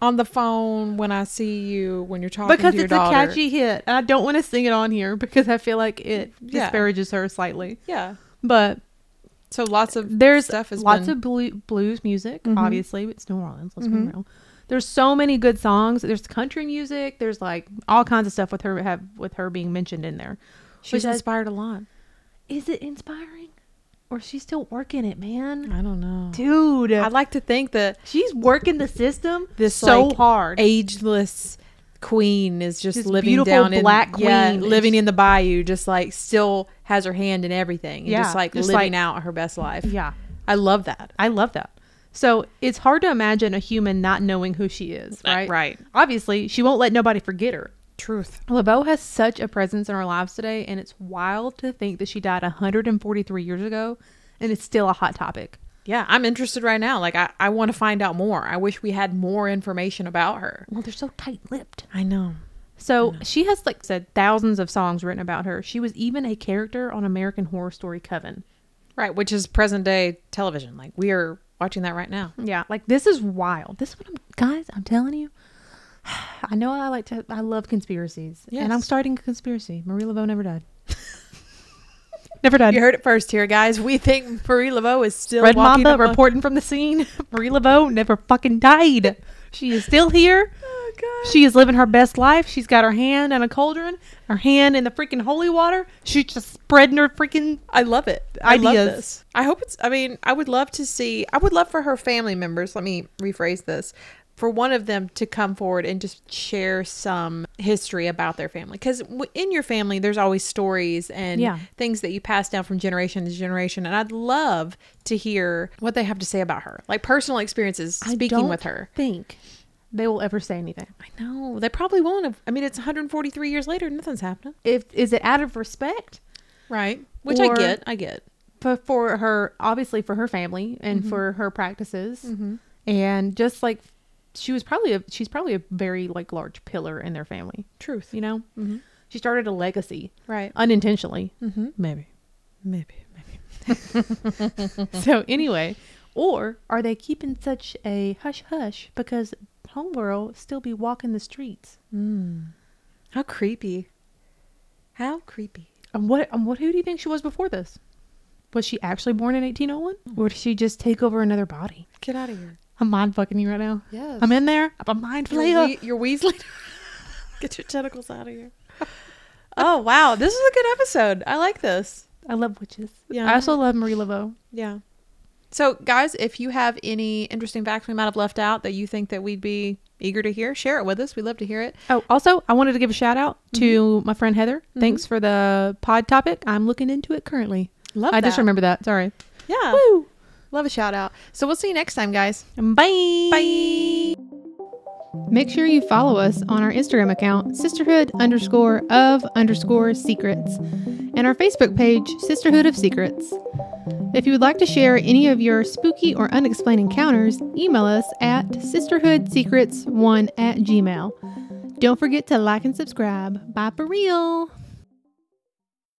[SPEAKER 1] On the phone when I see you when you're talking
[SPEAKER 2] because
[SPEAKER 1] to your
[SPEAKER 2] it's
[SPEAKER 1] daughter.
[SPEAKER 2] a catchy hit. I don't want to sing it on here because I feel like it
[SPEAKER 1] Yeah.
[SPEAKER 2] disparages her slightly.
[SPEAKER 1] Yeah.
[SPEAKER 2] But
[SPEAKER 1] So lots of
[SPEAKER 2] there's
[SPEAKER 1] stuff has
[SPEAKER 2] lots
[SPEAKER 1] been-
[SPEAKER 2] of blue, blues music.
[SPEAKER 1] Mhm.
[SPEAKER 2] Obviously, it's New Orleans. Let's
[SPEAKER 1] Mhm.
[SPEAKER 2] be real. There's so many good songs. There's country music. There's like all kinds of stuff with her have with her being mentioned in there.
[SPEAKER 1] she's
[SPEAKER 2] which I-
[SPEAKER 1] inspired a lot.
[SPEAKER 2] Is it inspiring, or is she still working it, man?
[SPEAKER 1] I don't know.
[SPEAKER 2] Dude,
[SPEAKER 1] I'd like to think that
[SPEAKER 2] she's working the system
[SPEAKER 1] This,
[SPEAKER 2] so
[SPEAKER 1] like,
[SPEAKER 2] hard.
[SPEAKER 1] ageless queen is just
[SPEAKER 2] This
[SPEAKER 1] living
[SPEAKER 2] beautiful
[SPEAKER 1] down in
[SPEAKER 2] black
[SPEAKER 1] yeah,
[SPEAKER 2] queen.
[SPEAKER 1] living in the bayou, just like still has her hand in everything, and
[SPEAKER 2] Yeah,
[SPEAKER 1] just like
[SPEAKER 2] just
[SPEAKER 1] living
[SPEAKER 2] like-
[SPEAKER 1] out her best life.
[SPEAKER 2] yeah,
[SPEAKER 1] I love that.
[SPEAKER 2] I love that. So it's hard to imagine a human not knowing who she is, right?
[SPEAKER 1] right.
[SPEAKER 2] Obviously, she won't let nobody forget her.
[SPEAKER 1] Truth.
[SPEAKER 2] LeBeau has such a presence in our lives today, and it's wild to think that she died 143 years ago, and it's still a hot topic.
[SPEAKER 1] Yeah, I'm interested right now. Like I, I want to find out more. I wish we had more information about her.
[SPEAKER 2] Well, they're so tight-lipped.
[SPEAKER 1] I know.
[SPEAKER 2] So she has, like said, thousands of songs written about her. She was even a character on American Horror Story Coven.
[SPEAKER 1] Right, which is present day television. Like we are watching that right now.
[SPEAKER 2] Yeah, like this is wild. This is what I'm, guys. I'm telling you. I know I like to. I love conspiracies,
[SPEAKER 1] Yes.
[SPEAKER 2] and I'm starting a conspiracy. Marie Laveau never died. never died.
[SPEAKER 1] You heard it first here, guys. We think Marie Laveau is still
[SPEAKER 2] Red
[SPEAKER 1] walking
[SPEAKER 2] Mamba
[SPEAKER 1] among-
[SPEAKER 2] reporting from the scene. Marie Laveau never fucking died. She is still here.
[SPEAKER 1] Oh, God.
[SPEAKER 2] She is living her best life. She's got her hand in a cauldron, her hand in the freaking holy water. She's just spreading her freaking.
[SPEAKER 1] I love it. I love
[SPEAKER 2] Ideas.
[SPEAKER 1] this. I hope it's. I mean, I would love to see. I would love for her family members. Let me rephrase this. For one of them to come forward and just share some history about their family, because in your family there's always stories and
[SPEAKER 2] Yeah.
[SPEAKER 1] things that you pass down from generation to generation, and I'd love to hear what they have to say about her, like personal experiences speaking with her.
[SPEAKER 2] Think they will ever say anything.
[SPEAKER 1] I know they probably won't. Have, I mean, it's 143 years later, nothing's happening,
[SPEAKER 2] If is it out of respect?
[SPEAKER 1] right? Which I
[SPEAKER 2] Or-
[SPEAKER 1] get. I get.
[SPEAKER 2] for, for her obviously for her family and for her practices and just like she was probably a she's probably a very like large pillar in their family
[SPEAKER 1] Truth.
[SPEAKER 2] you know she started a legacy
[SPEAKER 1] Right.
[SPEAKER 2] unintentionally
[SPEAKER 1] Mhm.
[SPEAKER 2] maybe
[SPEAKER 1] Maybe. Maybe.
[SPEAKER 2] so anyway, or are they keeping such a hush hush because homegirl still be walking the streets?
[SPEAKER 1] How creepy. How creepy.
[SPEAKER 2] And Um, what and what who do you think she was before this? Was she actually born in 1801, or did she just take over another body?
[SPEAKER 1] Get out of here.
[SPEAKER 2] Mm. I'm mind fucking you right now.
[SPEAKER 1] Yes.
[SPEAKER 2] I'm in there. I'm a mind
[SPEAKER 1] You're,
[SPEAKER 2] flayer.
[SPEAKER 1] wee- you're Weasley. Get your tentacles out of here. oh, wow. This is a good episode. I like this.
[SPEAKER 2] I love witches.
[SPEAKER 1] Yeah.
[SPEAKER 2] I also love Marie Laveau.
[SPEAKER 1] Yeah. So, guys, if you have any interesting facts we might have left out that you think that we'd be eager to hear, share it with us. We'd love to hear it.
[SPEAKER 2] Oh, also, I wanted to give a shout out to my friend Heather. Thanks for the pod topic. I'm looking into it currently.
[SPEAKER 1] Love
[SPEAKER 2] I just
[SPEAKER 1] that.
[SPEAKER 2] remember that. Sorry.
[SPEAKER 1] Yeah.
[SPEAKER 2] Woo.
[SPEAKER 1] Love a shout out. So, we'll see you next time, guys.
[SPEAKER 2] Bye.
[SPEAKER 1] Bye.
[SPEAKER 2] Make sure you follow us on our Instagram account, sisterhood underscore of underscore secrets, and our Facebook page, Sisterhood of Secrets. If you would like to share any of your spooky or unexplained encounters, email us at sisterhoodsecrets1 at gmail. Don't forget to like and subscribe. Bye for real.